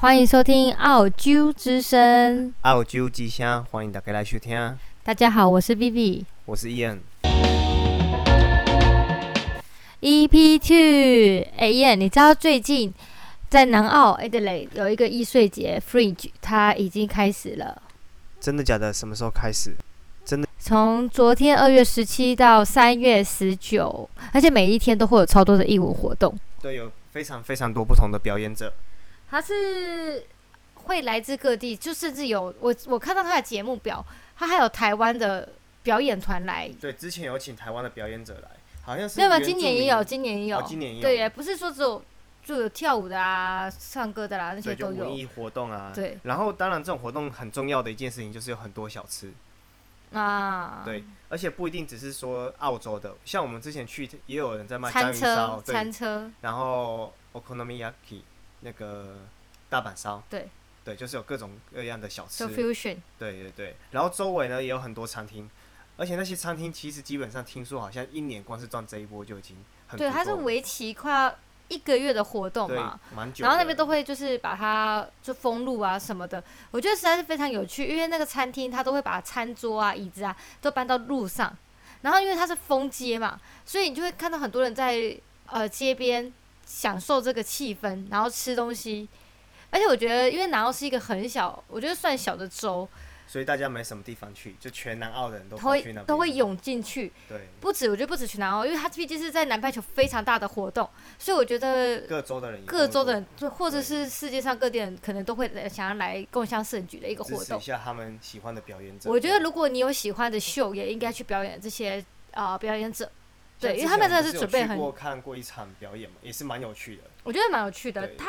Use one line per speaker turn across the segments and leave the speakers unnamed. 欢迎收听澳洲之声。
澳洲之声，欢迎大家来收听，
大家好，我是 Vivi。
我是 Ian。
EP E Two，哎耶，你知道最近在南澳 Adelaide 有一个易碎节 Fringe，它已经开始了。
真的假的？什么时候开始？
从昨天二月十七到三月十九，而且每一天都会有超多的义务活动。
对，有非常非常多不同的表演者。
它是会来自各地，就甚至有我我看到它的节目表，它还有台湾的表演团来。
对，之前有请台湾的表演者来，好像是
没有没有，
原住
今
民
年也有，今年也有，
哦今年也有，
对耶，不是说只有就有跳舞的啊、唱歌的啦、那些
对，就
都
文
有。
艺活动啊。
对
然后，当然这种活动很重要的一件事情就是有很多小吃，
啊，
对，而且不一定只是说澳洲的，像我们之前去也有人在卖章
餐
鱼烧，
车、
对
餐，车，
然后 okonomiyaki 那个大阪烧，
对
对，就是有各种各样的小吃
就，fusion，
对对对，然后周围呢也有很多餐厅，而且那些餐厅其实基本上听说好像一年光是赚这一波就已经很
对，
足
它是
够了
为期快要一个月的活动
对
嘛。
蛮久的，
然后那边都会就是把它就封路啊什么的，我觉得实在是非常有趣，因为那个餐厅它都会把餐桌啊、椅子啊都搬到路上，然后因为它是封街嘛，所以你就会看到很多人在呃街边享受这个气氛，然后吃东西。而且我觉得，因为南澳是一个很小，我觉得算小的州，
所以大家没什么地方去，就全南澳的人都
它
跑去
会
那边
都会涌进去。
对
不止，我觉得不止去南澳，因为它毕竟是在南半球非常大的活动，所以我觉得
各州的人也
各
都
州的
会
人，就或者
对
是世界上各地人，可能都会来想要来共襄盛举的一个
多
活
支持一
动。
下他们喜欢的表演者。
我觉得
对
如果你有喜欢的秀，也应该去表演这些啊、呃表演者。对
像
因为
之
他们
前我
真的是
不
准备
有去
很
过看过一场表演嘛，也是蛮有趣的。
我觉得蛮有趣的
对。
他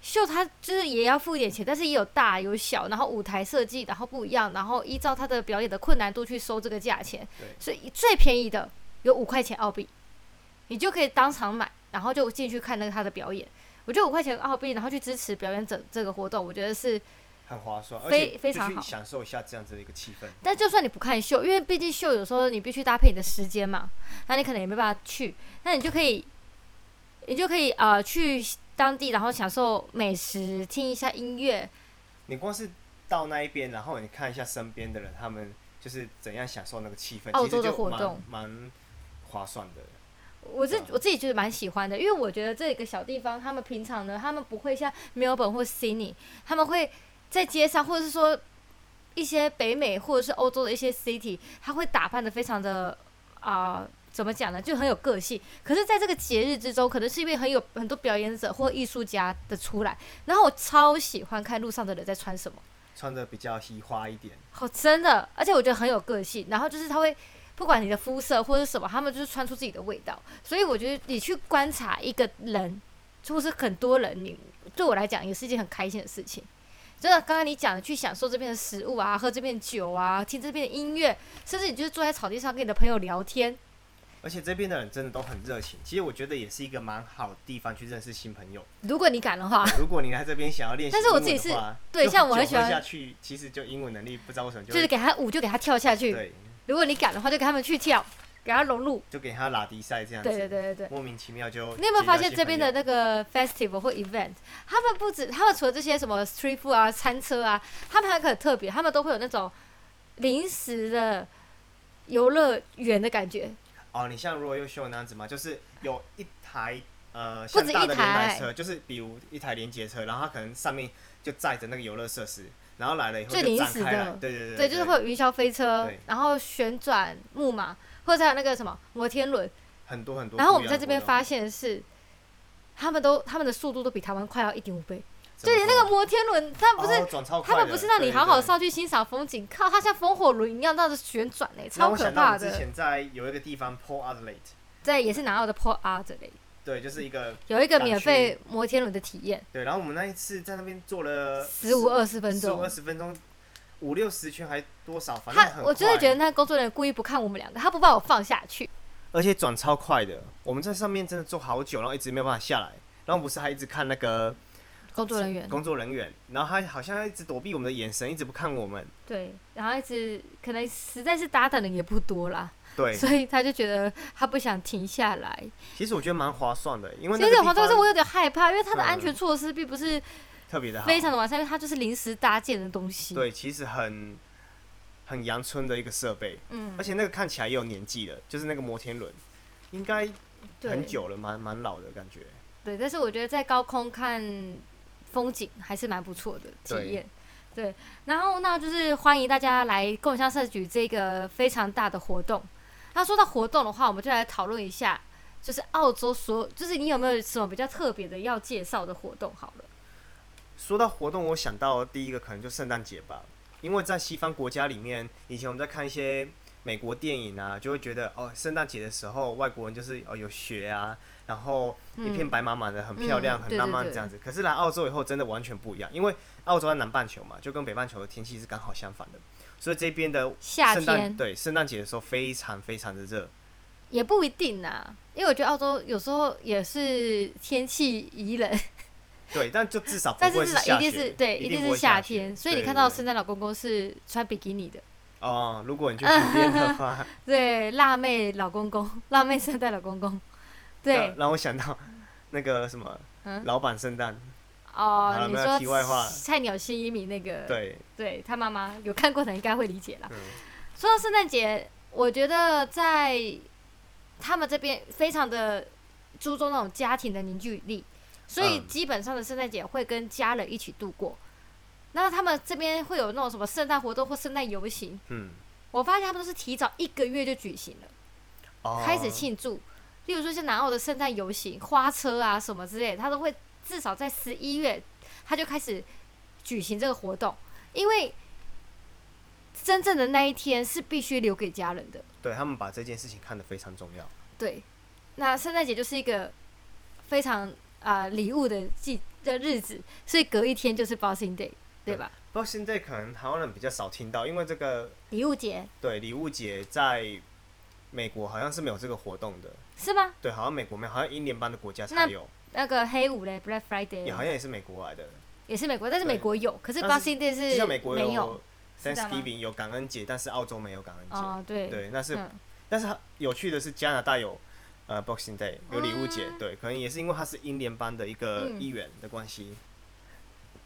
秀他就是也要付一点钱，但是也有大有小，然后舞台设计然后不一样，然后依照他的表演的困难度去收这个价钱
对。
所以最便宜的有五块钱澳币，你就可以当场买，然后就进去看那个他的表演。我觉得五块钱澳币，然后去支持表演者这个活动，我觉得是。
很划算，而
非
且
非
就
常
去
好
享受一下这样子的一个气氛。
但就算你不看秀，因为毕竟秀有时候你必须搭配你的时间嘛，那你可能也没办法去，那你就可以，你就可以呃去当地，然后享受美食，听一下音乐，
你光是到那一边，然后你看一下身边的人，他们就是怎样享受那个气氛，
澳
其实
洲的
就
活
蛮
动
蛮划算的。
我自
对啊
我自己觉得蛮喜欢的，因为我觉得这个小地方，他们平常呢，他们不会像墨尔本或 Sydney，他们会在街上，或者是说一些北美或者是欧洲的一些 city，他会打扮的非常的啊、怎么讲呢，就很有个性。可是，在这个节日之中，可能是因为很有很多表演者或艺术家的出来，然后我超喜欢看路上的人在穿什么。
穿的比较西花一点，
好，真的，而且我觉得很有个性。然后就是他会不管你的肤色或者什么，他们就是穿出自己的味道。所以我觉得你去观察一个人，或是很多人，你对我来讲也是一件很开心的事情。真的，刚刚你讲的去享受这边的食物啊，喝这边的酒啊，听这边的音乐，甚至你就是坐在草地上跟你的朋友聊天。
而且这边的人真的都很热情。其实我觉得也是一个蛮好的地方去认识新 朋友。
如果你敢的话，
如果你来这边想要练习
但
英
是我
文
自己
的话，
对
就
像我很
久
喜欢
喝下去，其实就英文能力不知道为什么就
就是
会
给他舞就给他跳下去。
对，
如果你敢的话，就给他们去跳，给他融入。
就给他拉迪赛这样子。
对对对对对。
莫名其妙就
你有没有发现这
结交新
边
朋
的
友
那个 festival 或 event，他们不止他们除了这些什么 street food 啊、餐车啊，他们还有个很特别，他们都会有那种临时的游乐园的感觉，
哦，你像 Royal Show 那样子嘛，就是有一台呃，
不
像
止
大
一
的连
台
台车，就是比如一台连接车，然后它可能上面就载着那个游乐设施，然后来了以后
最
就
临
展
时
开来
的，
对对对
对，就是会有云霄飞车
对，
然后旋转木马，或者还有那个什么摩天轮。
很多很多不一样的活动。
然后我们在这边发现的是，他们都他们的速度都比台湾快要一点五倍，就连那个摩天轮，他们不是。
哦转超快
他
的，
们不是让你好好
对对
上去欣赏风景，靠，它像风火轮一样那样子旋转呢、
让
超
我
可
想到我
怕
们
的。
之前在有一个地方 Paul Adelaide，
在也是南澳的 Port R 这里
对，就是一个
有一个免费摩天轮的体验，
对，然后我们那一次在那边坐了
十五二十分
十五
钟
二。十分钟，五六十圈还多少，反正
他
很
我真的
快
觉得那工作人员故意不看我们两个，他不把我放下去。
而且转超快的，我们在上面真的坐好久，然后一直没有办法下来。然后不是还一直看那个
工作人员
工作人员，然后他好像一直躲避我们的眼神，一直不看我们。
对，然后一直可能实在是搭档的也不多啦，
对，
所以他就觉得他不想停下来。
其实我觉得蛮划算的，因为
其
那个
实
地
黄
方
豆是我有点害怕，因为他的
嗯
安全措施并不是
特别的好，
非常的完善，因为它就是临时搭建的东西。，
对，其实很很阳春的一个设备，
嗯
而，且那个看起来也有年纪了，就是那个摩天轮，应该
对
很久了，蛮蛮老的感觉。
对，但是我觉得在高空看风景还是蛮不错的
对
体验。对，然后那就是欢迎大家来共享社举这个非常大的活动。那说到活动的话，我们就来讨论一下，就是澳洲所有，就是你有没有什么比较特别的要介绍的活动？好了，
说到活动，我想到第一个可能就圣诞节吧，因为在西方国家里面，以前我们在看一些美国电影啊，就会觉得哦，圣诞节的时候外国人就是哦有雪啊，然后一片白茫茫的，很漂亮，
嗯
很
对
浪
对
漫
对
这样子。可是来澳洲以后，真的完全不一样，因为澳洲在南半球嘛，就跟北半球的天气是刚好相反的，所以这边的
夏
圣诞
天
对圣诞节的时候非常非常的热，
也不一定啊，因为我觉得澳洲有时候也是天气宜人，
对，但就至少不
但是
会
至
是
少
下
一定
雪
是对，
一
定
不
是
会
夏
雪
天，所以你
对
看到
对
圣诞老公公是穿比基尼的，
哦，如果你去旁边的话，
对，辣妹老公公， 辣妹圣诞老公公，对
让，让我想到那个什么
嗯，
老板圣诞，
哦
好，了
你
没有
说
题外话
菜鸟新一米那个，，
对，
对他妈妈有看过的应该会理解啦。
嗯，
说到圣诞节，我觉得在他们这边非常的注重那种家庭的凝聚力，所以
嗯
基本上的圣诞节会跟家人一起度过。那他们这边会有那种什么圣诞活动或圣诞游行，
嗯，
我发现他们都是提早一个月就举行了。
哦，
开始庆祝。例如说，像南澳的圣诞游行、花车啊什么之类的，他都会至少在十一月，他就开始举行这个活动，因为真正的那一天是必须留给家人的。
对他们把这件事情看得非常重要，
对，那圣诞节就是一个非常啊、礼物的季的日子，所以隔一天就是 Boxing Day，对吧？
不过现在可能台湾人比较少听到，因为这个
礼物节
对礼物节在美国好像是没有这个活动的，
是吗？
对，好像美国没有，好像英联邦的国家才
那
有，
那个黑五嘞，Black
也好
Friday 啊
像也是美国来的，
也是美国，但是
对
美国有，可是
但是
Boxing Day
就是像美国
没有。是这样吗
Thanksgiving 有感恩节，但是澳洲没有感恩节，
哦，对，
对，那是
嗯
但是有趣的是，加拿大有呃 Boxing Day 有礼物节，
啊
对，可能也是因为它是英联邦的一个
嗯
一员的关系。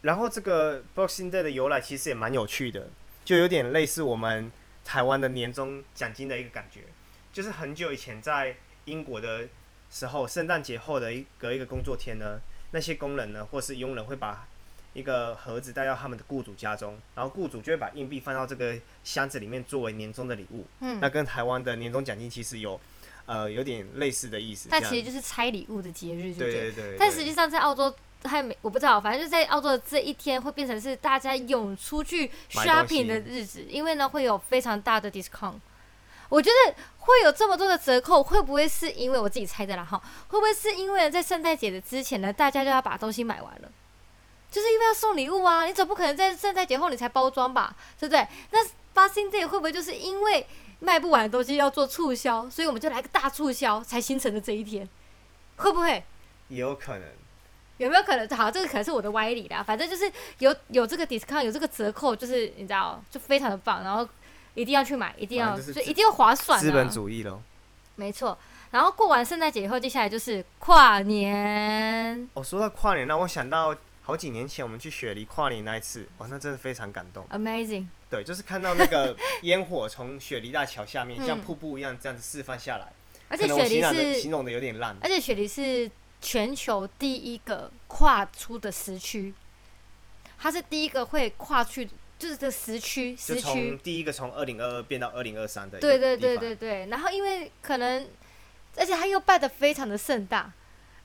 然后这个 Boxing Day 的由来其实也蛮有趣的，就有点类似我们台湾的年终奖金的一个感觉，就是很久以前在英国的时候，圣诞节后的一个一个工作天呢，那些工人呢或是佣人会把一个盒子带到他们的雇主家中，然后雇主就会把硬币放到这个箱子里面作为年终的礼物。
嗯
那跟台湾的年终奖金其实有呃有点类似的意思。
但
这
其实
样
就是拆礼物的节日，就
对
对了。
对对对，
但实际上在澳洲还没，我不知道，反正就在澳洲的这一天会变成是大家涌出去
买东西
shopping 的日子，因为呢会有非常大的 discount。我觉得会有这么多的折扣，会不会是因为我自己猜的啦？哈，会不会是因为在圣诞节的之前呢，大家就要把东西买完了？就是因为要送礼物啊，你总不可能在圣诞节后你才包装吧，对不对？那 Boxing Day 会不会就是因为卖不完的东西要做促销，所以我们就来个大促销才形成的这一天？会不会？
也有可能，
有没有可能？好，这个可能是我的歪理啦。反正就是有有这个 discount，有这个折扣，就是你知道，就非常的棒，然后一定要去买，一定要
反正就是
就一定要划算、啊。
资本主义咯。
没错。然后过完圣诞节以后，接下来就是跨年。
哦，说到跨年，让我想到好几年前我们去雪梨跨年那一次，哇，那真的非常感动。
Amazing，
对，就是看到那 个烟火从雪梨大桥下面
嗯
像瀑布一样这样子释放下来，
而且
可能我
雪梨
形容的
是
形，容的有点烂，
而且雪梨是全球第一个跨出的时区，它是第一个会跨去，就是这时区时
就
区
从第一个从二零二二变到二零二三的一个
对对
地
对
方
对对，然后因为可能，而且他又办的非常的盛大，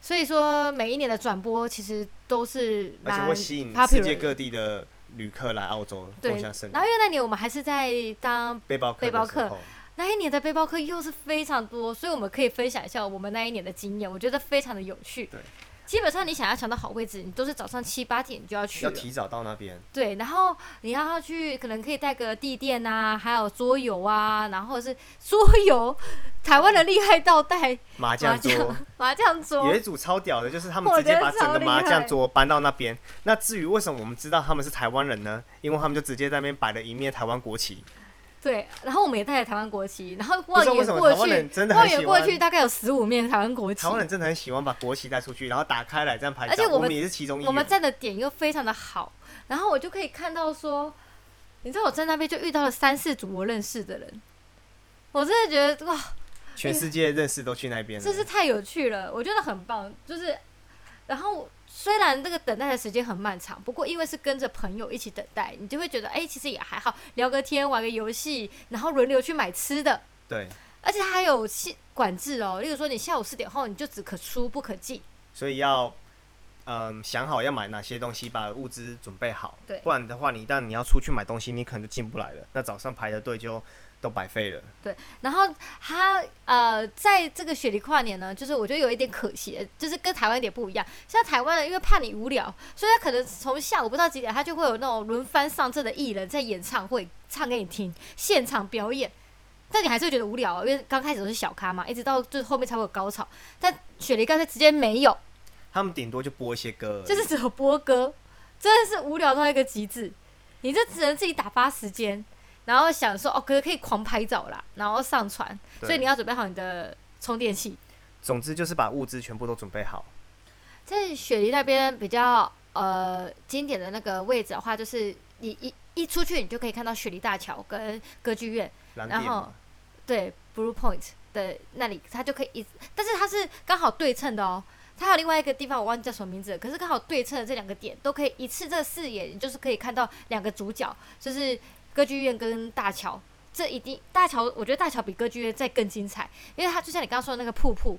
所以说每一年的转播其实都是
而且
蛮
会吸引世
popular
界
的
各地的旅客来澳洲
对。
共享盛
然后因为那年我们还是在当
背包客
背
的
包
时
客
候
那一年的背包客又是非常多，所以我们可以分享一下我们那一年的经验，我觉得非常的有趣
对。
基本上你想要抢到好位置，你都是早上七八点就要去
要
了。
提早到那边。
对，然后你让他去，可能可以带个地垫啊，还有桌游啊，然后是 桌游，台湾的厉害到带
麻
麻
将桌
将。麻将桌
有一组超屌的，就是他们
我
直接
觉得
把整
超
个
厉
麻将
害
桌搬到那边。那至于为什么我们知道他们是台湾人呢？因为他们就直接在那边摆了一面台湾国旗，
对，然后我们也带着台湾国旗，然后
不
望
知道为
远
什么
过
台湾人
去，
真的
望
很
远
喜
过
欢，
去大概有十五面台湾国旗
台，湾人真的很喜欢把国旗带出去，然后打开来这样拍照。
而且我
我
们
也是其中一员。
我们站的点又非常的好，然后我就可以看到说，你知道我在那边就遇到了三四组我认识的人，我真的觉得哇，
全世界认识都去那边了，
真是太有趣了，我觉得很棒。就是，然后虽然这个等待的时间很漫长，不过因为是跟着朋友一起等待，你就会觉得哎、其实也还好，聊个天，玩个游戏，然后轮流去买吃的，
对，
而且它还有限管制哦，例如说你下午四点后你就只可出不可进。
所以要嗯想好要买哪些东西，把物资准备好。
对
不然的话，你一旦你要出去买东西，你可能就进不来了。那早上排的队就都白费了。
然后它呃，在这个雪梨跨年呢，就是我觉得有一点可惜，就是跟台湾有点不一样。像台湾人因为怕你无聊，所以他可能从下午不知道几点，他就会有那种轮番上阵的艺人在演唱会唱给你听，现场表演。但你还是会觉得无聊啊，因为刚开始都是小咖嘛，一直到最后面才会有高潮。但雪梨刚才直接没有，
他们顶多就播一些歌而已，
就是只有播歌，真的是无聊到一个极致。你就只能自己打发时间，然后想说哦，可可以狂拍照啦，然后上传，
对
所以你要准备好你的充电器。
总之就是把物资全部都准备好。
在雪梨那边比较呃经典的那个位置的话，就是你一一出去，你就可以看到雪梨大桥跟歌剧院，
蓝
然
点
后
嘛
对 Blue Point 的那里，它就可以一，但是它是刚好对称的哦。它还有另外一个地方，我忘记叫什么名字了，可是刚好对称的这两个点都可以一次这个视野，你就是可以看到两个主角，就是歌剧院跟大桥。这一定大桥，我觉得大桥比歌剧院再更精彩，因为它就像你刚刚说的那个瀑布，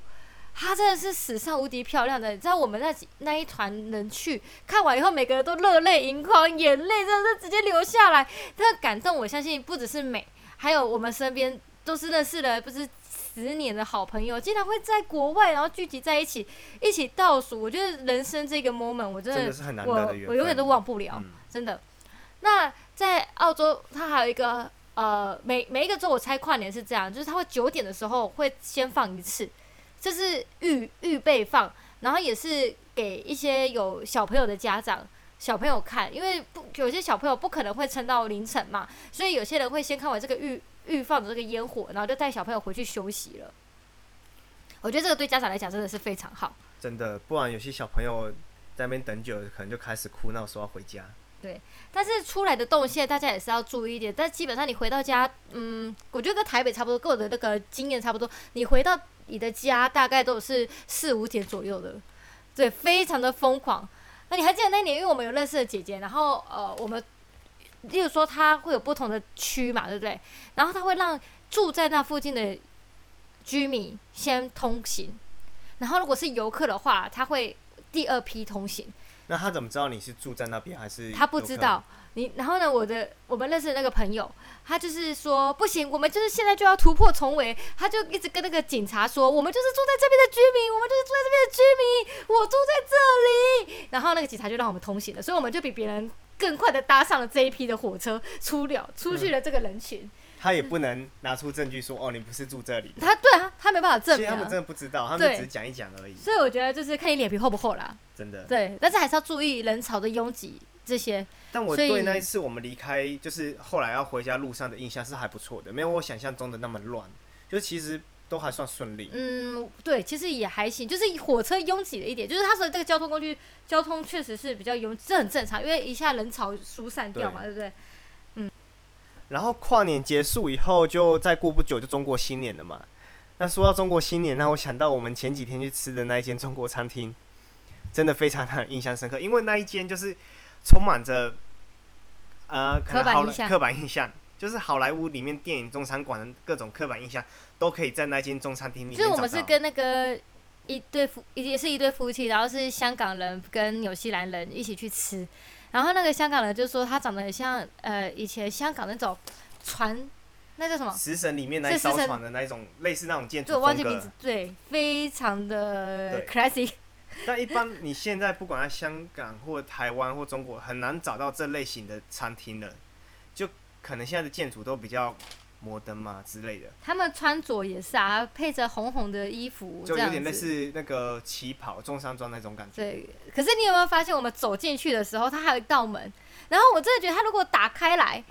它真的是史上无敌漂亮的。你知道我们那几那一团人去看完以后，每个人都热泪盈眶，眼泪真的是直接流下来。那个感动，我相信不只是美，还有我们身边都是认识了不是十年的好朋友，竟然会在国外然后聚集在一起，一起倒数。我觉得人生这个 moment，我真
真
的
的是很难
我
得的缘分。
我永远都忘不了，
嗯
真的。那在澳洲，它还有一个呃，每每一个州我猜跨年是这样，就是它会九点的时候会先放一次，这是预预备放，然后也是给一些有小朋友的家长。小朋友看，因为不有些小朋友不可能会撑到凌晨嘛，所以有些人会先看完这个预预放的这个烟火，然后就带小朋友回去休息了。我觉得这个对家长来讲真的是非常好。
真的，不然有些小朋友在那边等久，了，可能就开始哭闹说要回家。
但是出来的动线大家也是要注意一点。但基本上你回到家，嗯，我觉得跟台北差不多，跟我的那个经验差不多。你回到你的家大概都是四五点左右的，对，非常的疯狂。那你还记得那年，因为我们有认识的姐姐，然后呃，我们例如说她会有不同的区嘛，对不对？然后她会让住在那附近的居民先通行，然后如果是游客的话，他会第二批通行。
那他怎么知道你是住在那边还是？
他不知道。你。然后呢，我的我们认识的那个朋友，他就是说不行，我们就是现在就要突破重围。他就一直跟那个警察说，我们就是住在这边的居民，我们就是住在这边的居民，我住在这里。然后那个警察就让我们通行了，所以我们就比别人更快的搭上了这一批的火车，出了出去了这个人群。
他也不能拿出证据说哦，你不是住这里。
他对啊，他没办法证
其
明
实他们
啊、
真的不知道，他们
对
只是讲一讲而已，
所以我觉得就是看你脸皮厚不厚啦。
真的。
对，但是还是要注意人潮的拥挤这些。
但我
所以
对那一次我们离开，就是后来要回家路上的印象是还不错的，没有我想象中的那么乱，就其实都还算顺利。
嗯，对，其实也还行，就是火车拥挤了一点，就是它的这个交通工具交通确实是比较拥，这很正常，因为一下人潮疏散掉嘛，对不对？
然后跨年结束以后，就再过不久就中国新年了嘛。那说到中国新年，让我想到我们前几天去吃的那一间中国餐厅，真的非常让人印象深刻，因为那一间就是充满着呃可
刻
能
板
好
印
莱
象
刻板印象，就是好莱坞里面电影中餐馆的各种刻板印象，都可以在那间中餐厅里面
就是
找到。
我们是跟那个一对夫，也是一对夫妻，然后是香港人跟纽西兰人一起去吃，然后那个香港人就说他长得很像呃以前香港那种船，那叫什么？
食神里面那一
是食
艘
神
船的那一种类似那种建筑
就我忘
风
记名字
格，，
对，非常的
对
classic。
但一般你现在不管在香港或台湾或中国，很难找到这类型的餐厅了。就可能现在的建筑都比较摩登嘛之类的，
他们穿着也是啊，配着红红的衣服，
就
这样子。
有点类似那个旗袍、中山装那种感觉。
对，可是你有没有发现，我们走进去的时候，它还有一道门，然后我真的觉得它如果打开来，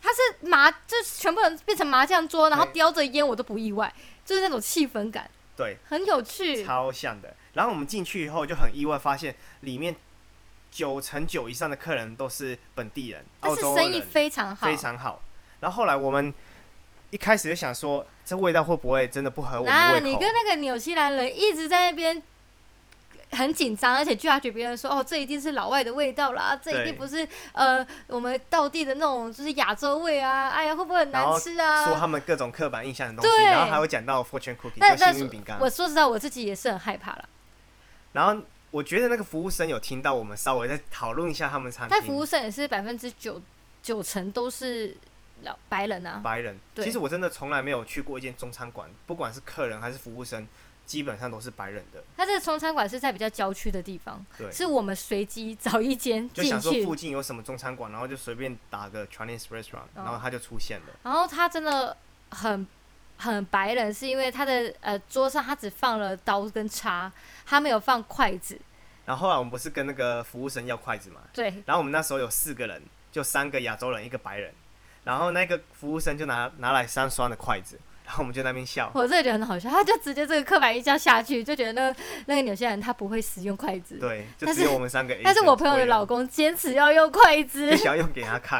他是麻，就是全部人变成麻将桌，然后
对
叼着烟，我都不意外，就是那种气氛感，
对，
很有趣。
超像的。然后我们进去以后就很意外，发现里面九成九以上的客人都是本地人，
但
澳
是
洲
生意
人
非常好，
非常好。然后后来我们一开始就想说，这味道会不会真的不合我
那
们
啊你
胃口
跟？那个纽西兰人一直在那边很紧张，而且 judge 别人说哦，这一定是老外的味道啦，这一
对
定不是呃我们道地的那种就是亚洲味啊，哎呀会不会很
然后
难吃
说
啊？
他们各种刻板印象的东西，
对
然后还会讲到 fortune cookie
但
就
但
幸
是
运饼干。
我说实在，我自己也是很害怕啦。
然后我觉得那个服务生有听到我们稍微在讨论一下他们餐厅，
但服务生也是百分之九九成都是老白人啊，
白人。
对
其实我真的从来没有去过一间中餐馆，不管是客人还是服务生，基本上都是白人的。
他这个中餐馆是在比较郊区的地方，
对，
是我们随机找一间
就
进
想说
去
附，近有什么中餐馆，然后就随便打个 Chinese restaurant，、然
哦
后它就出现了。
然后他真的很很白人，是因为他的呃桌上他只放了刀跟叉，他没有放筷子。
然后后来我们不是跟那个服务生要筷子嘛，
对，
然后我们那时候有四个人，就三个亚洲人，一个白人。然后那个服务生就拿拿来三双的筷子，然后我们就在那边笑。
我真的觉得很好笑，他就直接这个刻板印象下去，就觉得那那个纽西兰人他不会使用筷子。
对，就
但
只
是
有我们三个 Asian 会
但
用。
是我朋友的
啊
老公坚持要用筷
就
子，
想要用给 他看。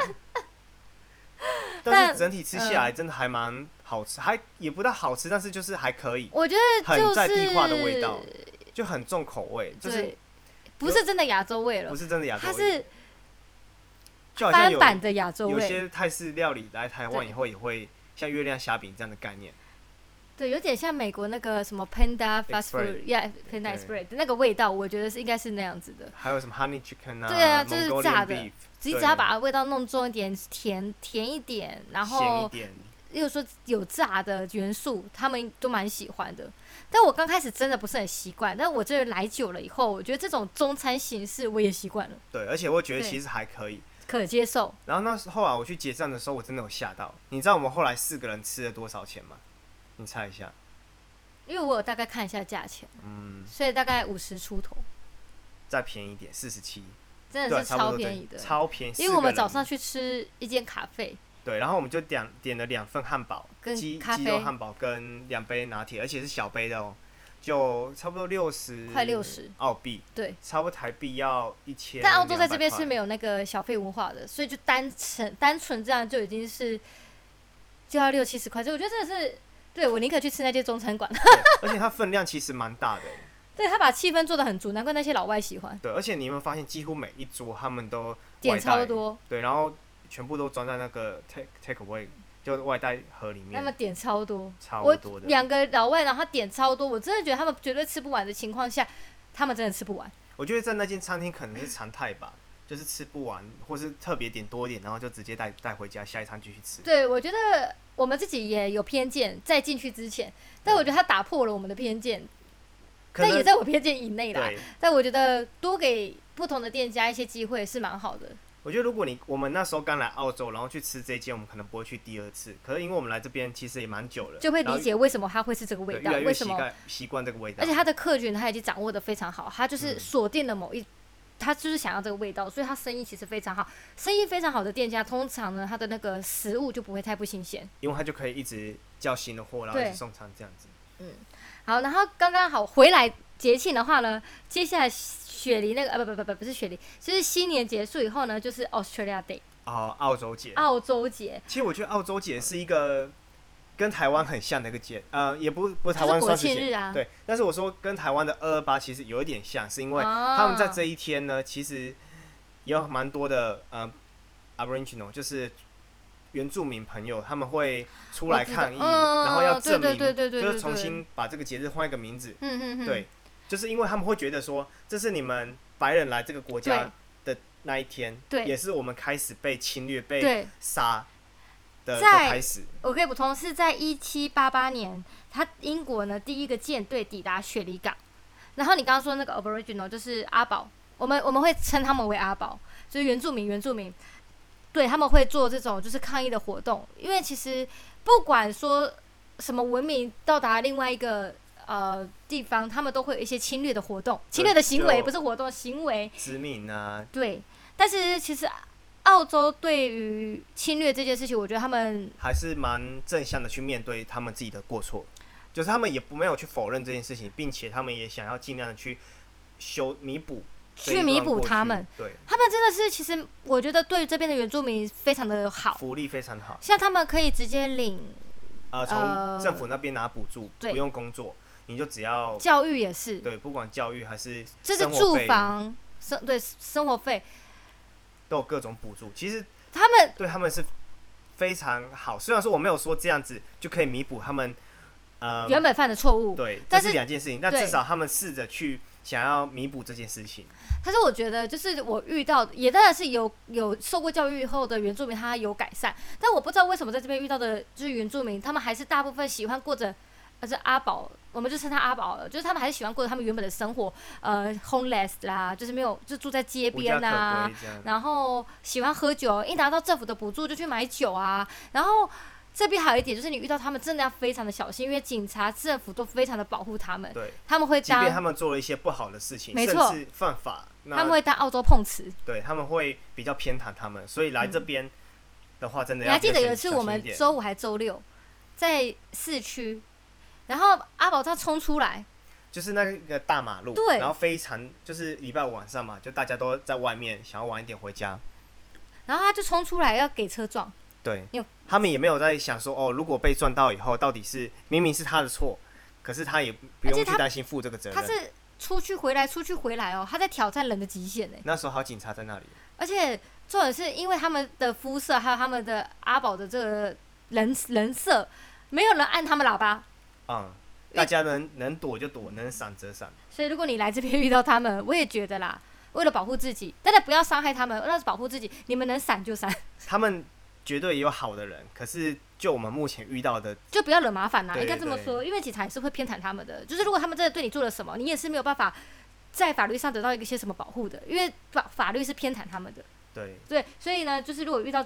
但
但嗯
是整体吃下来真的还蛮好吃，还也不大好吃，但是就是还可以，
我觉得就
很
是
在地化的味道，就很重口味，就是
对，不是真的亚洲味了
不，是真的亚洲
它
味，
是
就好像
翻
有
版的亚洲
有
味，
些泰式料理来台湾
对
以后也会像月亮虾饼这样的概念，
对，有点像美国那个什么 Panda Fast
Express
Food，yeah，Panda Express 那个味道，我觉得是应该是那样子的。
还有什么 honey chicken 啊，
对啊就是
Mongolian
炸的
beef，
只
对
只要把味道弄重一点，甜甜一点，然
咸一
后
点，
又说有炸的元素，他们都蛮喜欢的。但我刚开始真的不是很习惯，但我这人来久了以后，我觉得这种中餐形式我也习惯了，
对，而且我觉得
对
其实还可以。
可接受。
然后那时候啊，我去结账的时候，我真的有吓到，你知道我们后来四个人吃了多少钱吗？你猜一下，
因为我有大概看一下价钱，
嗯，
所以大概五十出头，
再便宜一点，四十七，
真的
对啊，
是
差不
超
多
便
对
宜的。
超便宜。
因为我们
四个
早
人
上去吃一间咖啡，
对，然后我们就点点了两份汉堡，
跟
鸡
嗯咖
鸡
啡
肉汉堡跟两杯拿铁，而且是小杯的哦，就差不多六十，
快60
澳币，
对。
差不多台币要一千。
但澳洲在这边是没
有，
有那个小费文化的，所以就单纯单纯这样就已经是就要六七十块，所以我觉得真的是，对我宁可去吃那些中餐馆。
而且它分量其实蛮大的，欸
对他把气氛做得很足，难怪那些老外喜欢，
对，而且你有没有发现，几乎每一桌他们都
点
外
超
带，
多，
对，然后全部都装在那个 take take away，就外带盒里
他们
面，
点超多。
超
我
多的。
两个老外，然后他点超多，我真的觉得他们绝对吃不完的情况下，他们真的吃不完。
我觉得在那间餐厅可能是常态吧，就是吃不完，或是特别点多一点，然后就直接带带回家，下一餐继续吃。
对我觉得我们自己也有偏见，在进去之前，但我觉得他打破了我们的偏见，
可
但
能
也在我偏见以内啦。
对，
但我觉得多给不同的店家一些机会是蛮好的。
我觉得如果你我们那时候刚来澳洲，然后去吃这间，我们可能不会去第二次。可是因为我们来这边其实也蛮久了，
就会
然
理
后
解为什么它会是这个
对
味
越
道，
来
为
越
什
习
么？
惯习惯这嗯个味道。
而且它的客群他已经掌握的非常好，他就是锁定了某一，他就是想要这个味道，所以他生意其实非常好。生意非常好的店家，通常呢，他的那个食物就不会太不新鲜。
因为它就可以一直叫新的货，然后一
对
直送餐这样子。
好，然后刚刚好回来节庆的话呢，接下来雪梨那个呃不不不不不是雪梨，就是新年结束以后呢，就是 Australia Day
哦，澳洲节，
澳洲节，
其实我觉得澳洲节是一个跟台湾很像的一个节，呃，也不不是台
就是
湾
国
双十
庆日
节，
啊。
对。但是我说跟台湾的二二八其实有一点像，是因为
啊
他们在这一天呢，其实有蛮多的呃，Aboriginal 就是原住民朋友，他们会出来抗议，
我知道嗯
然后要证明，
对对对对对对
就是重新把这个节日换一个名字，
嗯嗯嗯，
对，就是因为他们会觉得说，这是你们白人来这个国家的那一天，
对
也是我们开始被侵略、被
对。
杀的的
在
开始，
我可以补充，是在一七八八年，他英国呢第一个舰队抵达雪梨港。然后你刚刚说那个 Aboriginal 就是阿宝，我们我们会称他们为阿宝，就是原住民，原住民，对他们会做这种就是抗议的活动，因为其实不管说什么文明到达另外一个呃地方，他们都会有一些侵略的活动，侵略的行为
就
不是活动行为，
殖民啊，
对，但是其实澳洲对于侵略这件事情，我觉得他们
还是蛮正向的去面对他们自己的过错，就是他们也不没有去否认这件事情，并且他们也想要尽量的去修弥补这一
去
段
弥补
过去
他们，
对
他们真的是其实我觉得对这边的原住民非常的好，
福利非常好，
像他们可以直接领
呃，从
呃
政府那边拿补助，
对
不用工作，你就只要
教育也是，
对，不管教育还是
这是
生活
住
费
房生对生活费，
嗯都有各种补助，其实
他们
对他们是非常好。虽然说我没有说这样子就可以弥补他们呃
原本犯的错误，
对，这
但
是
是
两件事情，但
对
至少他们试着去想要弥补这件事情。
但是我觉得，就是我遇到也当然是有有受过教育后的原住民，他有改善，但我不知道为什么在这边遇到的就是原住民，他们还是大部分喜欢过着，呃，这阿宝，我们就称他阿宝了，就是他们还是喜欢过着他们原本的生活，呃，homeless 啦，就是没有就住在街
无家
边啊
可，归这样。
然后喜欢喝酒，一拿到政府的补助就去买酒啊。然后这边还有一点就是，你遇到他们真的要非常的小心，因为警察、政府都非常的保护他们，
对，
他们会
即便他
当
们做了一些不好的事情，
没
甚
错
至犯法，那
他们会当澳洲碰瓷。
对他们会比较偏袒他们，所以来这边的话，真的
嗯你
要
还记
比较
得有一
小
次
心
我
一
们
点
周五还周六在市区，然后阿宝他冲出来，
就是那个大马路，
对
然后非常就是礼拜五晚上嘛，就大家都在外面，想要晚一点回家。
然后他就冲出来要给车撞，
对
有，
他们也没有在想说哦，如果被撞到以后，到底是明明是他的错，可是他也不
而
用
且
去
他
担心负这个责
他
任。
是出去回来，出去回来哦，他在挑战人的极限呢、欸
那时候还有警察在那里，
而且重点是因为他们的肤色，还有他们的阿宝的这个人人设，没有人按他们喇叭，
嗯，
因为
大家能能躲就躲，能闪则闪。
所以如果你来这边遇到他们，我也觉得啦， 为了保护自己，当然不要伤害他们，那是保护自己，你们能闪就闪，
他们绝对也有好的人，可是就我们目前遇到的，
就不要惹麻烦啦，
对
应该这么
对
说，因为警察也是会偏袒他们的，就是如果他们真的对你做了什么，你也是没有办法。在法律上得到一些什么保护的？因为法法律是偏袒他们的，
对
对，所以呢，就是如果遇到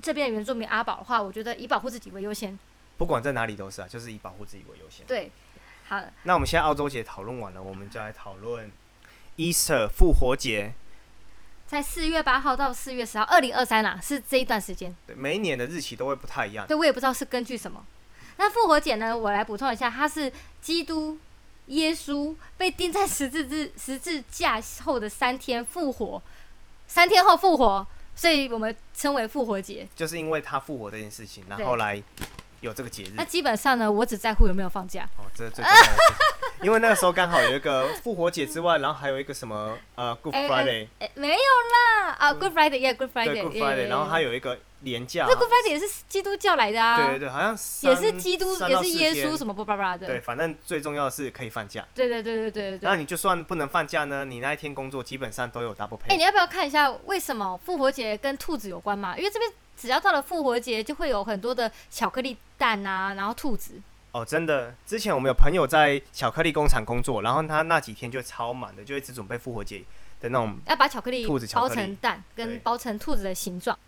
这边的原住民阿宝的话，我觉得以保护自己为优先。
不管在哪里都是啊，就是以保护自己为优先。
对，好，
那我们现在澳洲节讨论完了，我们就来讨论 Easter 复活节。
在四月八号到四月十号，二零二三啦，是这一段时间。
对，每一年的日期都会不太一样。
对我也不知道是根据什么。那复活节呢？我来补充一下，它是基督耶稣被钉在十字之十字架后的三天复活，三天后复活，所以我们称为复活节。
就是因为他复活这件事情，然
对哎
后来有这个节日
那。基本上呢，我只在乎有没有放假。
哦，这是最重要的事 情，因为那个时候刚好有一个复活节之外，然后还有一个什么呃 Good
哎
Friday，
哎、没有啦，啊、g o o d Friday，yeah，Good
嗯对
Friday，哎
Good Friday，然后还
有
有一个廉价
这，Good Friday 也是基督教来的啊，
对对对，好像
也
三
是基督，
三
也
到
是
四
耶
天
稣什么巴拉巴拉的。
对，反正最重要的是可以放假。
对对对对对对对
然。后你就算不能放假呢，你那一天工作基本上都有 double
哎、你
pay。
要不要看一下为什么复活节跟兔子有关嘛？因为这边只要到了复活节，就会有很多的巧克力蛋啊，然后兔子。
哦，真的，之前我们有朋友在巧克力工厂工作，然后他那几天就超满的，就一直准备复活节的那种。
要把巧克力
兔子巧克
包
力
成蛋，
对
跟包成兔子的形状。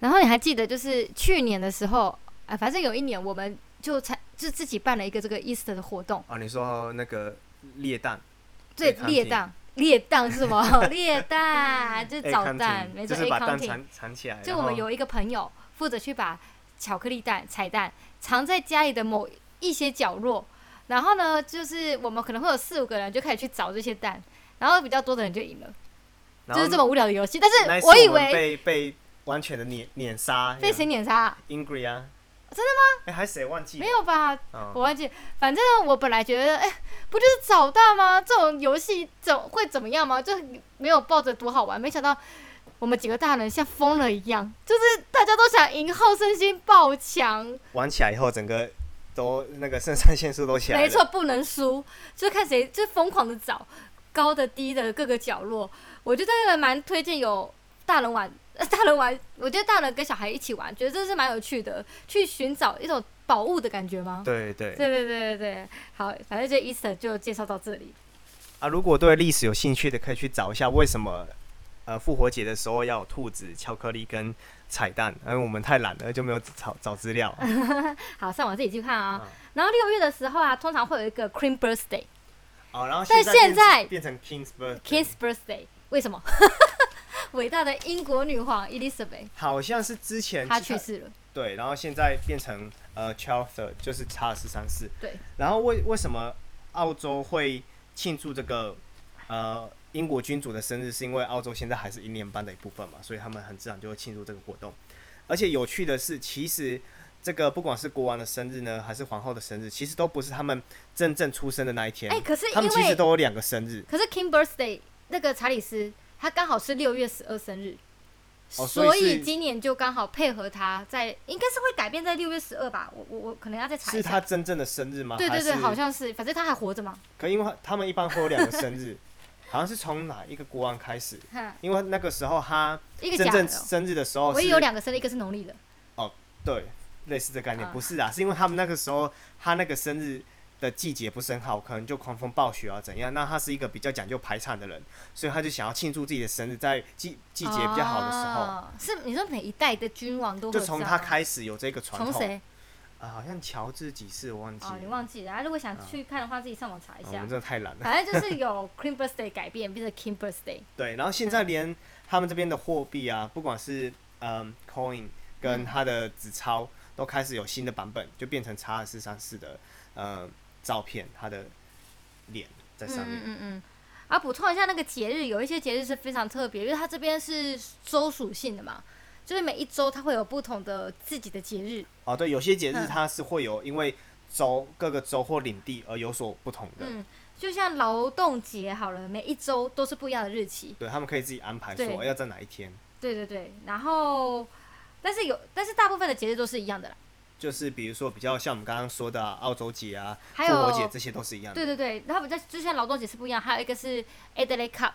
然后你还记得，就是去年的时候，啊、反正有一年我们就才就自己办了一个这个 Easter 的活动，
哦，你说那个猎蛋，
对，
egg hunting
猎蛋，猎蛋是什么？ 猎蛋就是
egg
找
hunting，
蛋，没
哎
错
就
哎
是
，egg
把蛋
hunting。
藏藏起来。
就
哎然
我们
后
有一个朋友负责去把巧克力蛋、彩蛋藏在家里的某一些角落，然后呢，就是我们可能会有四五个人就开始去找这些蛋，然后比较多的人就赢了，
然
就
后
是这么无聊的游戏。但
那
是
一次
我以
们
为
被被完全的碾碾杀，
被谁碾杀？
？Ingrid 啊，
真
的吗？哎、还是谁忘记？
没有吧？
嗯，
我忘记，反正我本来觉得，哎、不就是找蛋吗？这种游戏怎会怎么样吗？就没有抱着多好玩，没想到我们几个大人像疯了一样，就是大家都想赢，好胜心爆强，
玩起来以后，整个都那个肾上腺素都起来了。
没错，，不能输，就看谁就疯狂的找高的、低的各个角落。我觉得蛮推荐有大人玩， 呃大人玩，我觉得大人跟小孩一起玩，觉得这是蛮有趣的，去寻找一种宝物的感觉吗？
对对
对对对对对，好，反正这 Easter 就介绍到这里。
啊！如果对历史有兴趣的，可以去找一下为什么呃复活节的时候要有兔子、巧克力跟彩蛋，因为我们太懒了，就没有找找 资料。
好，上网自己去看啊、
嗯
然后六月的时候啊，通常会有一个 Queen Birthday、
哦，然后
但
在
现在
变变成 King's Bird。
King's Birthday，为什么？ 伟大的英国女皇伊丽莎白，
好像是之前
她去世了。
对，然后现在变成呃 Charles III，就是查尔斯三世。
对。
然后为为什么澳洲会庆祝这个呃英国君主的生日？是因为澳洲现在还是英联邦的一部分嘛，所以他们很自然就会庆祝这个活动。而且有趣的是，其实这个不管是国王的生日呢，还是皇后的生日，其实都不是他们真正出生的那一天。
哎、可是
他
因
们其实
为
都有两个生日，
可是 King Birthday 那个查理斯，他刚好是六月十二生日。
哦所以
所
是
以今年就刚好配合他在，应该是会改变在六月十二吧，我我我可能要再查
是
一
他
下。
真正的生日吗？
对对对，
还是
好像是，反正他还活着嘛。
可因为他们一般会有两个生日，好像是从哪一个国王开始？
哈，
因为那个时候他
一个
真
假
正
的，
生日的时候
我
是
也有两个生日，一个是农历的。
对类似这概念，
啊
不是啊，是因为他们那个时候他那个生日的季节不是很好，可能就狂风暴雪啊怎样。那他是一个比较讲究排场的人，所以他就想要庆祝自己的生日在季季节比较好的时候，
哦是你说每一代的君王都会
就
有
从
这样
他
吗，
开始有这个传
从
统啊、
谁？
好像乔治几世我忘记
哦，你
了，
忘记了。啊如果想
啊
去看的话，自己上网查一
啊我
下
们。真的太懒了。
反正就是有 Queen Birthday 改变变成 King Birthday。
对，然后现在
嗯
连他们这边的货币啊，不管是嗯 coin 跟
嗯
它的纸钞，都开始有新的版本，就变成查尔斯三世的呃照片，他的脸在
嗯
上
嗯
面。
嗯嗯。啊，补充一下那个节日，有一些节日是非常特别，因为它这边是州属性的嘛，就是每一州它会有不同的自己的节日。
哦，对，有些节日
嗯
它是会有因为州各个州或领地而有所不同的，
嗯，就像劳动节好了，每一周都是不一样的日期。
对他们可以自己安排
对
说哎要在哪一天，
对对对，然后但是有，但是大部分的节日都是一样的啦。
就是比如说比较像我们刚刚说的、啊、澳洲节啊、复
还有
活节这些都是一样的，
对对对，他们在就像劳动节是不一样，还有一个是 Adelaide Cup，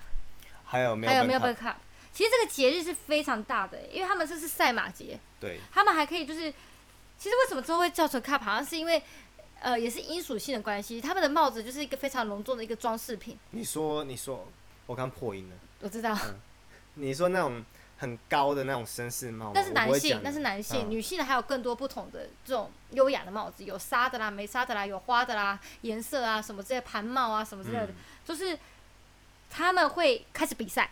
还有没
还有
有
Melbourne Cup。其实这个节日是非常大的，因为他们这是赛马节，
对，
他们还可以就是，其实为什么之后会叫成 cup，好像是因为呃也是因属性的关系，他们的帽子就是一个非常隆重的一个装饰品。
你说你说，我刚破音了。
我知
哦
道，
你说那种很高的那种绅士帽吗，
但是
我不
男
会
性
讲，
但是男性，
嗯
女性的还有更多不同的这种优雅的帽子，有纱的啦，没纱的啦，有花的啦，颜色啊什么之类，盘帽啊什么之类的，
嗯
就是他们会开始比赛。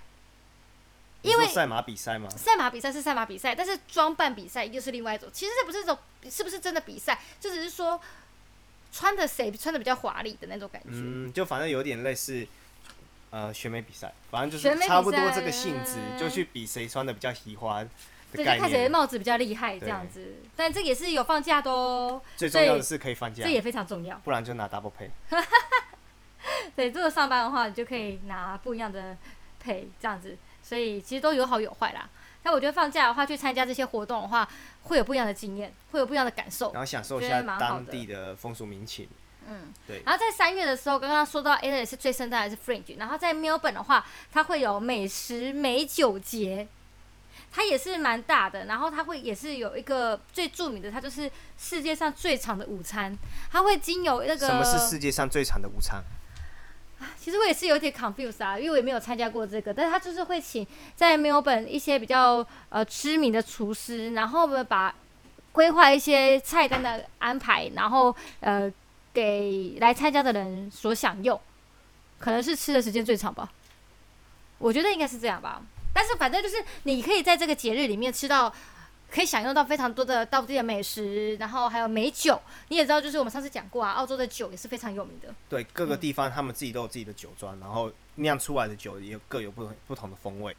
你
因
说
为
赛马比赛吗？
赛马比赛是赛马比赛，但是装扮比赛又是另外一种。其实这不是一种，是不是真的比赛？就只是说穿的谁穿的比较华丽的那种感觉。
嗯，就反正有点类似，呃，选美比赛，反正就
选美
是
比
差不多这个性质，
赛
就去比谁穿的比较喜欢的
对，嗯
概
就看谁的
念。
帽子比较厉害这样子。但这也是有放假的哦，
最重要的是可以放假
这，也非常重要。
不然就拿 double pay。
对，如果上班的话，你就可以拿不一样的配这样子，所以其实都有好有坏啦。但我觉得放假的话，去参加这些活动的话，会有不一样的经验，会有不一样的感受
然。后享受一
觉
下
得蛮好
当
的
地的风俗民情。
嗯，
对
然后在三月的时候，刚刚说到 a l e 是最盛大的是 Fringe，然后在 Melbourne 的话，它会有美食美酒节，它也是蛮大的。然后它会也是有一个最著名的，它就是世界上最长的午餐，它会经由那个
什么是世界上最长的午餐？
其实我也是有点 confused 啊，因为我也没有参加过这个，但是他就是会请在墨尔本一些比较呃知名的厨师，然后我们把规划一些菜单的安排，然后呃给来参加的人所享用，可能是吃的时间最长吧，我觉得应该是这样吧。但是反正就是你可以在这个节日里面吃到。可以享用到非常多的当地的美食，然后还有美酒。你也知道，就是我们上次讲过啊，澳洲的酒也是非常有名的。
对，各个
嗯
地方他们自己都有自己的酒庄，然后酿出来的酒也各有不同不同的风味。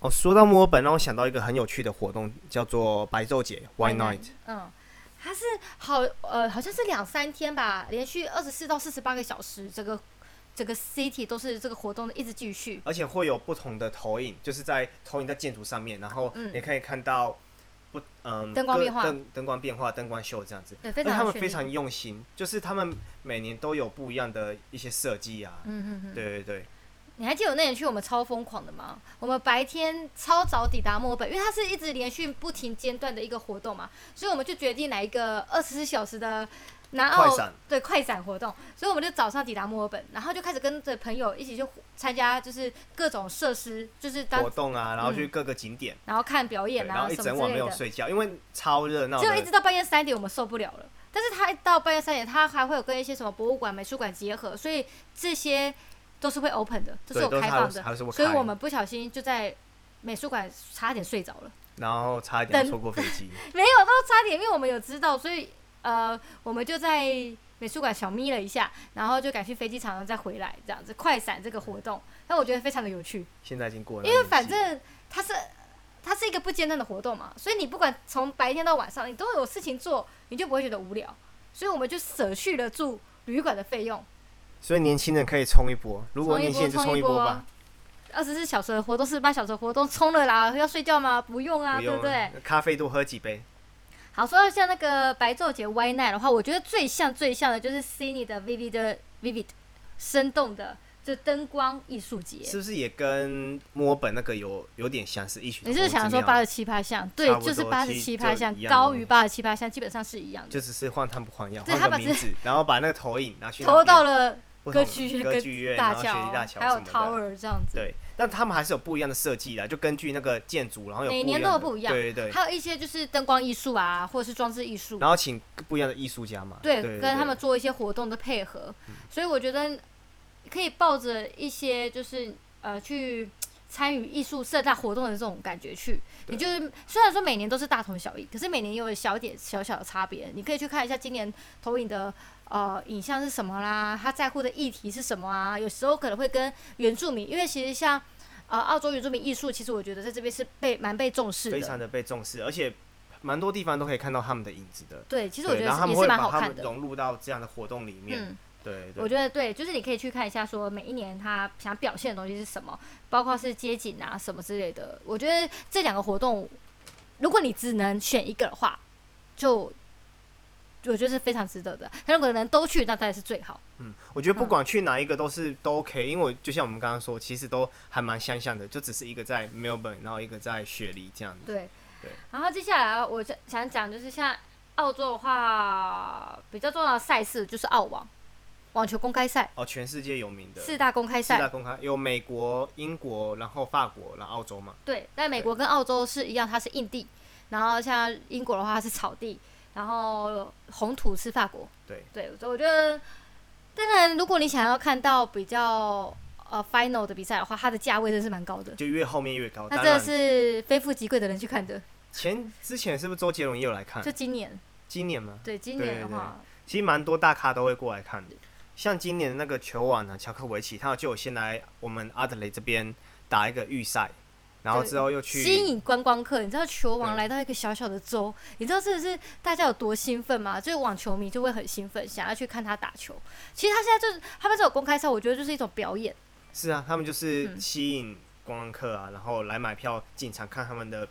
哦，说到墨尔本，让我想到一个很有趣的活动，叫做白昼节 （White Night）。
嗯，它是好呃，好像是两三天吧，连续二十四到四十八个小时，这个整个 city 都是这个活动的一直继续。
而且会有不同的投影，就是在投影在建筑上面，然后
嗯
你可以看到不嗯
灯光
各
变化
灯灯光变化、灯光秀这样子。
对，非
而且
常
他
有
们
趣
非常用心，就是他们每年都有不一样的一些设计啊。
嗯嗯嗯。
对对对，
你还记得我那年去我们超疯狂的吗？我们白天超早抵达墨尔本，因为它是一直连续不停间断的一个活动嘛，所以我们就决定来一个二十四小时的南澳
快闪
对快闪活动，所以我们就早上抵达墨尔本，然后就开始跟着朋友一起去参加，就是各种设施，就是当
活动啊，然后去各个景点，
然后看表
对
演
然
啊
后一
什么
整
之
晚没
类
有
的。
睡觉，因为超热闹
只有一直
的。
到半夜三点，我们受不了了。但是他到半夜三点，他还会有跟一些什么博物馆、美术馆结合，所以这些都是会 open 的，都是
对，
有
都
开
还
放
是
的。
还是会
所以
开
我们不小心就在美术馆差点睡着了，
然后差一点
等
错过飞机。
没有到差点，因为我们有知道，所以呃，我们就在美术馆小眯了一下，然后就赶去飞机场，然后再回来，这样子快闪这个活动，但我觉得非常的有趣。
现在已经过了那
因
个
为
年纪了，
反正它是它是一个不间断的活动嘛，所以你不管从白天到晚上，你都有事情做，你就不会觉得无聊。所以我们就舍去了住旅馆的费用，
所以年轻人可以冲一波，如果
冲一
年轻
波
人就
冲
冲
一
波
波
吧
啊，。二十四小时的活动，四十八小时的活动，冲了啦！要睡觉吗？不用啊，
不
对
用
不对？
咖啡多喝几杯，
好，说到像那个白昼节 Y Night 的话，我觉得最像最像的就是 Cine 的 Vivid 的 Vivid 生动的，就灯光艺术节。
是不是也跟墨尔本那个有有点相似？异曲
你是想说八
八
十七趴项？对
差，不
就是
多
八十
其实
七
就
趴项
一，样的
高
东
于
西
八十七趴项，基本上是一样的。
就只是换汤不换药，
对
换
他
个
把
名字， 然后把那个投影拿去那
投
边
到了
不
歌
同
剧
歌剧院，
跟
然
大
后学习大桥
还有
什么的。
Tower 这样子。
对，但他们还是有不一样的设计啦，就根据那个建筑，然后有
每
不一
年
样
都有
的
不一样
对对对，
还有一些就是灯光艺术啊，或者是装置艺术，
然后请不一样的艺术家嘛，
对，
对，
跟他
对嗯
们做一些活动的配合。所以我觉得可以抱着一些就是呃去。参与艺术社大活动的这种感觉去，你就是虽然说每年都是大同小异，可是每年也有小点小小的差别。你可以去看一下今年投影的呃影像是什么啦，他在乎的议题是什么啊？有时候可能会跟原住民，因为其实像呃澳洲原住民艺术，其实我觉得在这边是被蛮被重视
非常
的。
的被重视，而且蛮多地方都可以看到他们的影子的。
对，其实我
对，
觉
然后
得
他
是也
们
是
会
蛮
把
好
他
看
们
的。
融入到这样的活动里面。
嗯，
对
我
对，
觉得对，就是你可以去看一下，说每一年他想表现的东西是什么，包括是街景啊什么之类的。我觉得这两个活动，如果你只能选一个的话，就我觉得是非常值得的。如果能都去，那当然是最好。
嗯，我觉得不管去哪一个都是都 OK，因为我就像我们刚刚说，其实都还蛮相像的，就只是一个在 Melbourne，然后一个在雪梨这样子。
对，
对
然后接下来啊我就想讲，就是像澳洲的话，比较重要的赛事就是澳网网球公开赛，
哦，全世界有名的
四大公开
四
赛
大。公开有美国、英国，然后法国，然后澳洲嘛。
对，但美国跟澳洲是一样，它是硬地，然后像英国的话它是草地，然后红土是法国。
对
对，所以我觉得，当然如果你想要看到比较呃 final 的比赛的话，它的价位真是蛮高的，
就越后面越高。
那
哦
真
当
的
然，嗯
是非富即贵的人去看的。
前之前是不是周杰伦也有来看
就？今年，
今年吗？
对，今年
对
的
对
话，
其实蛮多大咖都会过来看的。像今年那个球网呢，乔克维奇，他就有先来我们阿德雷这边打一个预赛，然后之后又去
吸引观光客。你知道球王
对
来到一个小小的州，你知道这是大家有多兴奋吗？就是网球迷就会很兴奋，想要去看他打球。其实他现在就是他们这种公开赛，我觉得就是一种表演。
是啊，他们就是
嗯
吸引观光客啊，然后来买票进场看他们的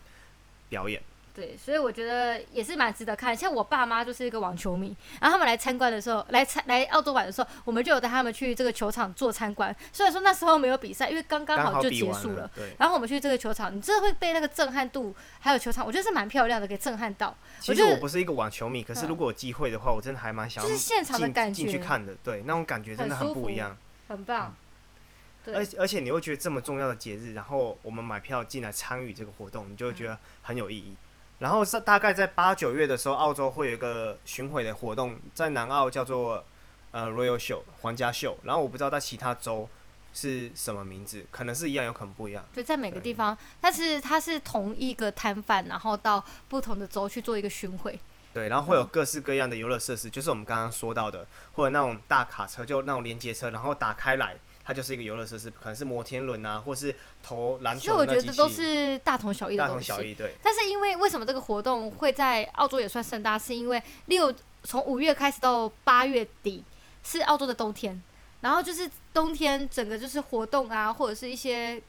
表演。
对，所以我觉得也是蛮值得看。像我爸妈就是一个网球迷，然后他们来参观的时候，来参来澳洲玩的时候，我们就有带他们去这个球场做参观。虽然说那时候没有比赛，因为刚刚
刚好
就
比
结
完
束了。
了，对。
然后我们去这个球场，你真的会被那个震撼度，还有球场，我觉得是蛮漂亮的，给震撼到。
其
我
实
觉得
我不是一个网球迷，可
嗯
是如果有机会的话，我真的还蛮想
就
要
是现场的
进
感
进
觉
去看的。对，那种感觉真的
很舒
很不一
服
样。
很棒。
而
对，
且而且你会觉得这么重要的节日，然后我们买票进来参与这个活动，你就会
嗯
觉得很有意义。然后是大概在八九月的时候，澳洲会有一个巡回的活动，在南澳叫做呃 Royal Show 皇家秀，然后我不知道在其他州是什么名字，可能是一样，有可能不一样。
就在每个
嗯对
地方，但是它是同一个摊贩，然后到不同的州去做一个巡回。
对，然
嗯
后会有各式各样的游乐设施，就是我们刚刚说到的，或者那种大卡车，就那种连接车，然后打开来，它就是一个游乐设施，可能是摩天轮啊，或是投篮
其实
球
我觉
的那
得
机器。
这都是大同小异的
大
东
同
西。
小异，对。
但是因为为什么这个活动会在澳洲也算盛大，是因为六从五月开始到八月底是澳洲的冬天，然后就是冬天整个就是活动啊，或者是一些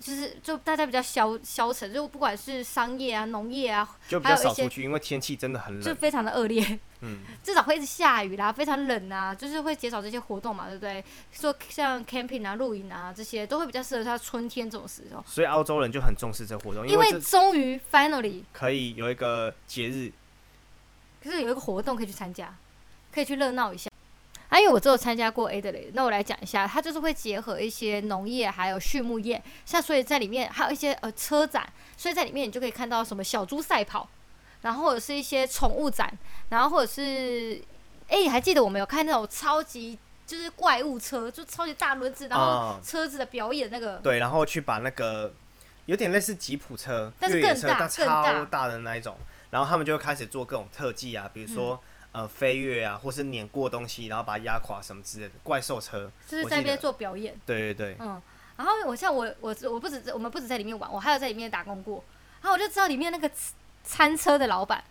就是就大家比较消消沉，就不管是商业啊、农业啊，
就比
还
较
有
少
一些
出去，因为天气真的很
就
冷。
非常的恶劣，
嗯，
至少会一直下雨啦，非常冷啊，就是会减少这些活动嘛，对不对？说像 camping 啊、露营啊这些都会比较适合在春天这种时候，
所以澳洲人就很重视这活动，因
因
为
为
这
终于 finally
可以有一个节日。
可是有一个活动可以去参加，可以去热闹一下。啊，因为我只有参加过 A 的雷，那我来讲一下，它就是会结合一些农业还有畜牧业，像所以在里面还有一些呃车展，所以在里面你就可以看到什么小猪赛跑，然后或者是一些宠物展，然后或者是哎、你还记得我们有看那种超级就是怪物车，就超级大轮子，然后
啊
车子的表演那个，
对，然后去把那个。有点类似吉普车、
但是
越野
更
车，
大
但
更大嗯
超大的那一种。然后他们就会开始做各种特技啊，比如说、呃飞跃啊，或是碾过东西，然后把它压垮什么之类的。怪兽车，
就是
我
在
记
那边
得
做表演。
对对对，
嗯，然后我像我我我不止我们不止在里面玩，我还有在里面打工过，然后我就知道里面那个餐餐车的老板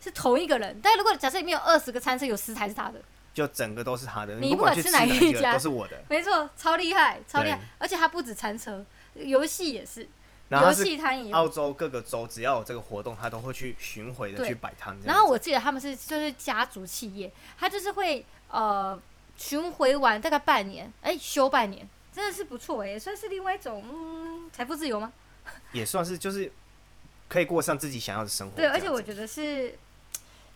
是同一个人，但如果假设里面有二十个餐车，有十台是他的，
就整个都是他的。
你
不
不
管
管
去
吃
吃
哪
哪
一
个
家
都是我的。
没错，超厉害，超厉害
对，
而且他不止餐车，游戏也是，
然后
游
它是
戏摊也有。
澳洲各个州只要有这个活动，他都会去巡回的
对
去摆摊这样子。
然后我记得他们是就是家族企业，他就是会呃巡回玩大概半年，哎、休半年，真的是不错哎、算是另外一种嗯财富自由吗？
也算是就是可以过上自己想要的哦生活这
对，
样
而
子。
且我觉得是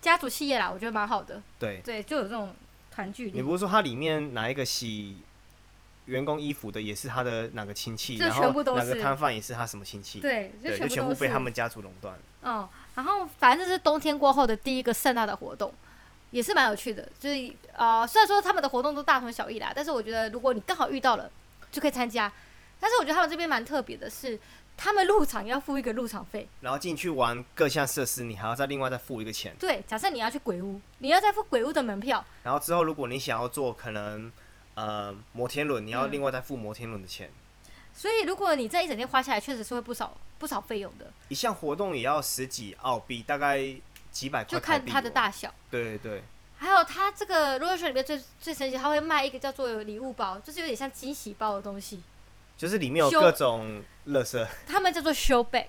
家族企业啦，我觉得蛮好的。
对，
对，就有这种团聚
你
力，
不是说它里面哪一个洗员工衣服的也是他的哪个亲戚，
就
然后
全部都
哪个
是
摊贩也是他什么亲戚，
对，就
对，就
全
全
部
部
都是
被他们家族垄断。
嗯，然后反正这是冬天过后的第一个盛大的活动，也是蛮有趣的。就是呃，虽然说他们的活动都大同小异啦，但是我觉得如果你刚好遇到了，就可以参加。但是我觉得他们这边蛮特别的是，他们入场要付一个入场费。
然后进去玩各项设施，你还要再另外再付一个钱。
对，假设你要去鬼屋，你要再付鬼屋的门票，
然后之后如果你想要做可能呃摩天轮，你要另外再付摩天轮的钱。
所以如果你这一整天花下来，确实是会不少不少费用的，
一项活动也要十几澳币，大概几百块
就
台
看
币
它的
哦
大小。
对对对，
还有它这个 roller show 里面最最神奇，它会卖一个叫做礼物包，就是有点像惊喜包的东西，
就是里面有
修
各种乐色。
他们叫做 show bag。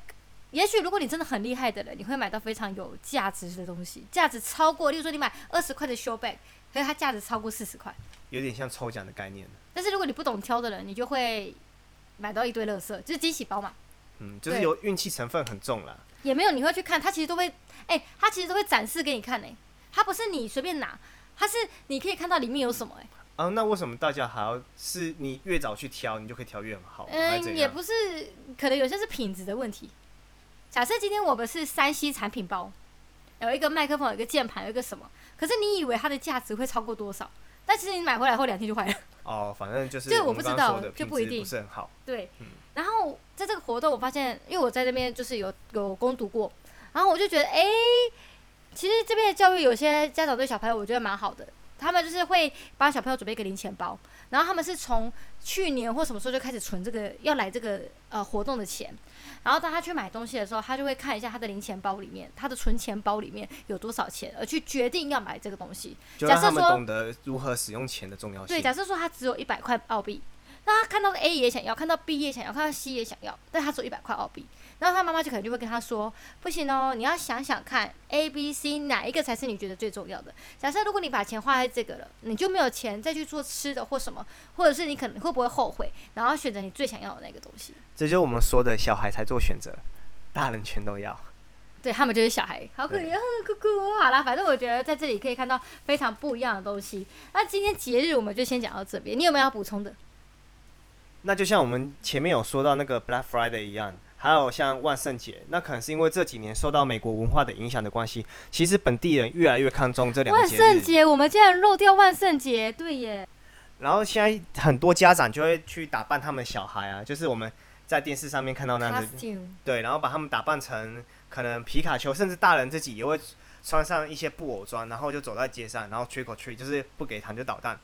也许如果你真的很厉害的人，你会买到非常有价值的东西，价值超过，例如说你买二十块的 show bag，可是它价值超过四十块。
有点像抽奖的概念，
但是如果你不懂挑的人，你就会买到一堆垃圾，就是惊喜包嘛。
嗯，就是
对
有运气成分很重啦。
也没有你会去看，它其实都会，哎、它其实都会展示给你看、哎，它不是你随便拿，它是你可以看到里面有什么、哎。
啊，那为什么大家还要是你越早去挑，你就可以挑越好？还是怎
嗯，也
样
不是，可能有些是品质的问题。假设今天我们是山西产品包，有一个麦克风，有一个键盘，有一个什么，可是你以为它的价值会超过多少？但其实你买回来后两天就坏了。
哦，反正就是
这个
我
我
们
不
刚
知
刚
道
说的
就
品
不一
质
定
不是很好。
对
嗯，
然后在这个活动，我发现，因为我在那边就是有有攻读过，然后我就觉得，哎、其实这边的教育有些家长对小朋友，我觉得蛮好的。他们就是会帮小朋友准备一个零钱包，然后他们是从去年或什么时候就开始存这个要来这个呃活动的钱，然后当他去买东西的时候，他就会看一下他的零钱包里面，他的存钱包里面有多少钱，而去决定要买这个东西。
就
假
让他
设
们
说
懂得如何使用钱的重要性。
对，假设说他只有一百块澳币，那他看到 A 也想要，看到 B 也想要，看到 C 也想要，但他只有一百块澳币，然后他妈妈就可能就会跟他说，不行哦，你要想想看 A、B、C 哪一个才是你觉得最重要的。假设如果你把钱花在这个了，你就没有钱再去做吃的或什么，或者是你可能会不会后悔，然后选择你最想要的那个东西。
这就是我们说的小孩才做选择，大人全都要。
对他们就是小孩，好可
对
怜，呵呵哭哭。好啦，反正我觉得在这里可以看到非常不一样的东西。那今天节日我们就先讲到这边，你有没有要补充的？
那就像我们前面有说到那个 Black Friday 一样，还有像万圣节，那可能是因为这几年受到美国文化的影响的关系，其实本地人越来越看重这两个
万
节
圣
日。
节，我们竟然漏掉万圣节，对耶，
然后现在很多家长就会去打扮他们小孩啊，就是我们在电视上面看到那样子，
costume，
对，然后把他们打扮成可能皮卡丘，甚至大人自己也会穿上一些布偶装，然后就走在街上，然后 trick or treat，就是不给糖就捣蛋，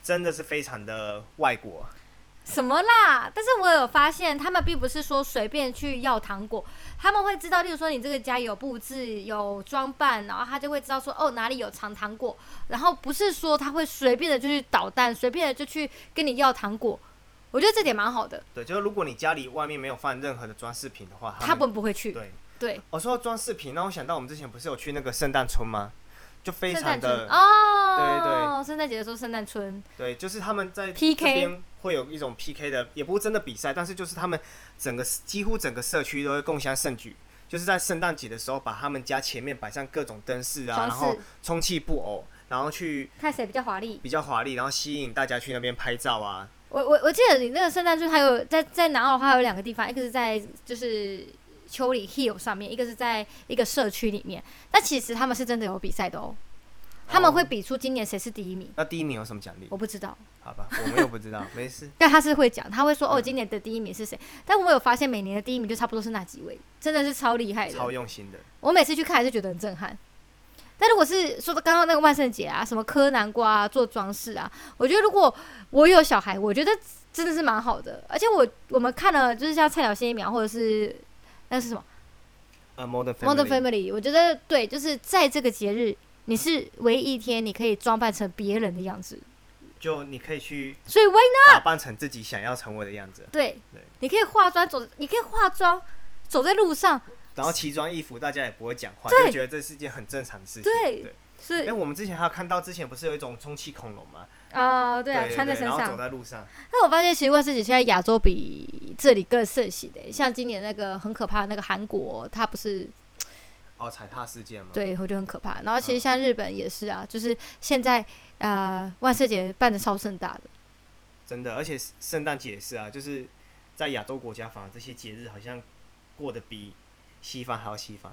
真的是非常的外国。
什么啦？但是我有发现，他们并不是说随便去要糖果，他们会知道，例如说你这个家有布置、有装扮，然后他就会知道说哦哪里有藏糖果，然后不是说他会随便的就去捣蛋，随便的就去跟你要糖果。我觉得这点蛮好的，
对，就是如果你家里外面没有放任何的装饰品的话，
他
们
们不会去。
对。
对，
我、说到装饰品，让我想到我们之前不是有去那个圣诞村吗？就非
圣
常
诞村
的
哦，圣诞节的时候圣诞村，
对，就是他们在
PK
这边会有一种 PK 的，也不是真的比赛，但是就是他们整个几乎整个社区都会共襄盛举，就是在圣诞节的时候，把他们家前面摆上各种灯饰啊，
装
然后
饰
充气布偶，然后去
看谁比较华丽。
比较华丽，然后吸引大家去那边拍照啊。
我我我记得你那个圣诞树，还有在在南澳的话有两个地方，一个是在就是丘里 hill 上面，一个是在一个社区里面。但其实他们是真的有比赛的哦，他们会比出今年谁是第一名，
那第一名有什么奖励？
我不知道。
好吧，我们又不知道，没事。
但他是会讲，他会说哦，
嗯
今年的第一名是谁？但我有发现每年的第一名就差不多是那几位，真的是超厉害
超
的。
用心的，
我每次去看还是觉得很震撼。但如果是说到刚刚那个万圣节啊，什么磕南瓜啊、做装饰啊，我觉得如果我有小孩，我觉得真的是蛮好的。而且我我们看了就是像《菜鸟新一秒》或者是那是什么
呃，Modern
《Modern
Family，
Family》，我觉得对，就是在这个节日，你是唯一一天你可以装扮成别人的样子，
就你可以去
所以 why
打扮成自己想要成为的样子，
对
对，
你可以化妆走，你可以化妆走在路上，
然后奇装异服，大家也不会讲话，
对
就觉得这是一件很正常的事情。
对
对。
所
哎、
以
我们之前还有看到，之前不是有一种充气恐龙吗？
啊、对
对
啊，穿在
对
身
然后走
上。
在路上，
但我发现奇怪事情，现在亚洲比这里更盛行的，像今年那个很可怕的那个韩国，它不是
哦，踩踏事件嘛。，
对，我觉得很可怕。然后
嗯
其实像日本也是啊，就是现在呃万圣节办的超盛大的，
真的，而且圣诞节也是啊，就是在亚洲国家，反而这些节日好像过得比西方还要西方，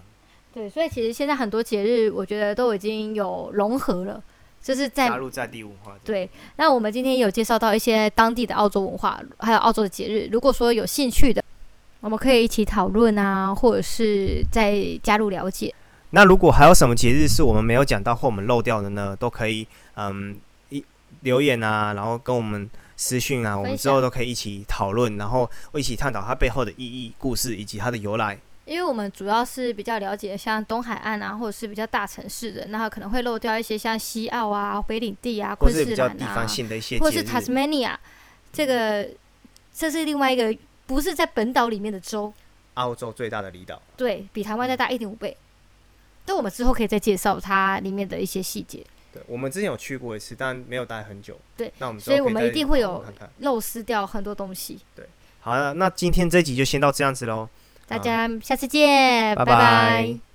对，所以其实现在很多节日，我觉得都已经有融合了，就是在
加入在地文化。，
对，那我们今天也有介绍到一些当地的澳洲文化，还有澳洲的节日。如果说有兴趣的，我们可以一起讨论啊，或者是再加入了解。
那如果还有什么节日是我们没有讲到或我们漏掉的呢？都可以，嗯，一留言啊，然后跟我们私讯啊，我们之后都可以一起讨论，然后一起探讨它背后的意义、故事以及它的由来。
因为我们主要是比较了解像东海岸啊，或者是比较大城市的，那可能会漏掉一些像西澳啊、北领地啊、
或
昆士
是比较
兰
地
啊
方，性的一些节日，
或者是 Tasmania 这个，这是另外一个不是在本岛里面的州，
澳洲最大的离岛。
对比台湾再大一点五倍。但我们之后可以再介绍它里面的一些细节。
对，我们之前有去过一次，但没有待很久。
对，
那我们之
所以
后可
我们
再
一定会有
讨论看看。
漏失掉很多东西。
好了，那今天这集就先到这样子喽。
大
好
家下次见，
拜
拜拜
拜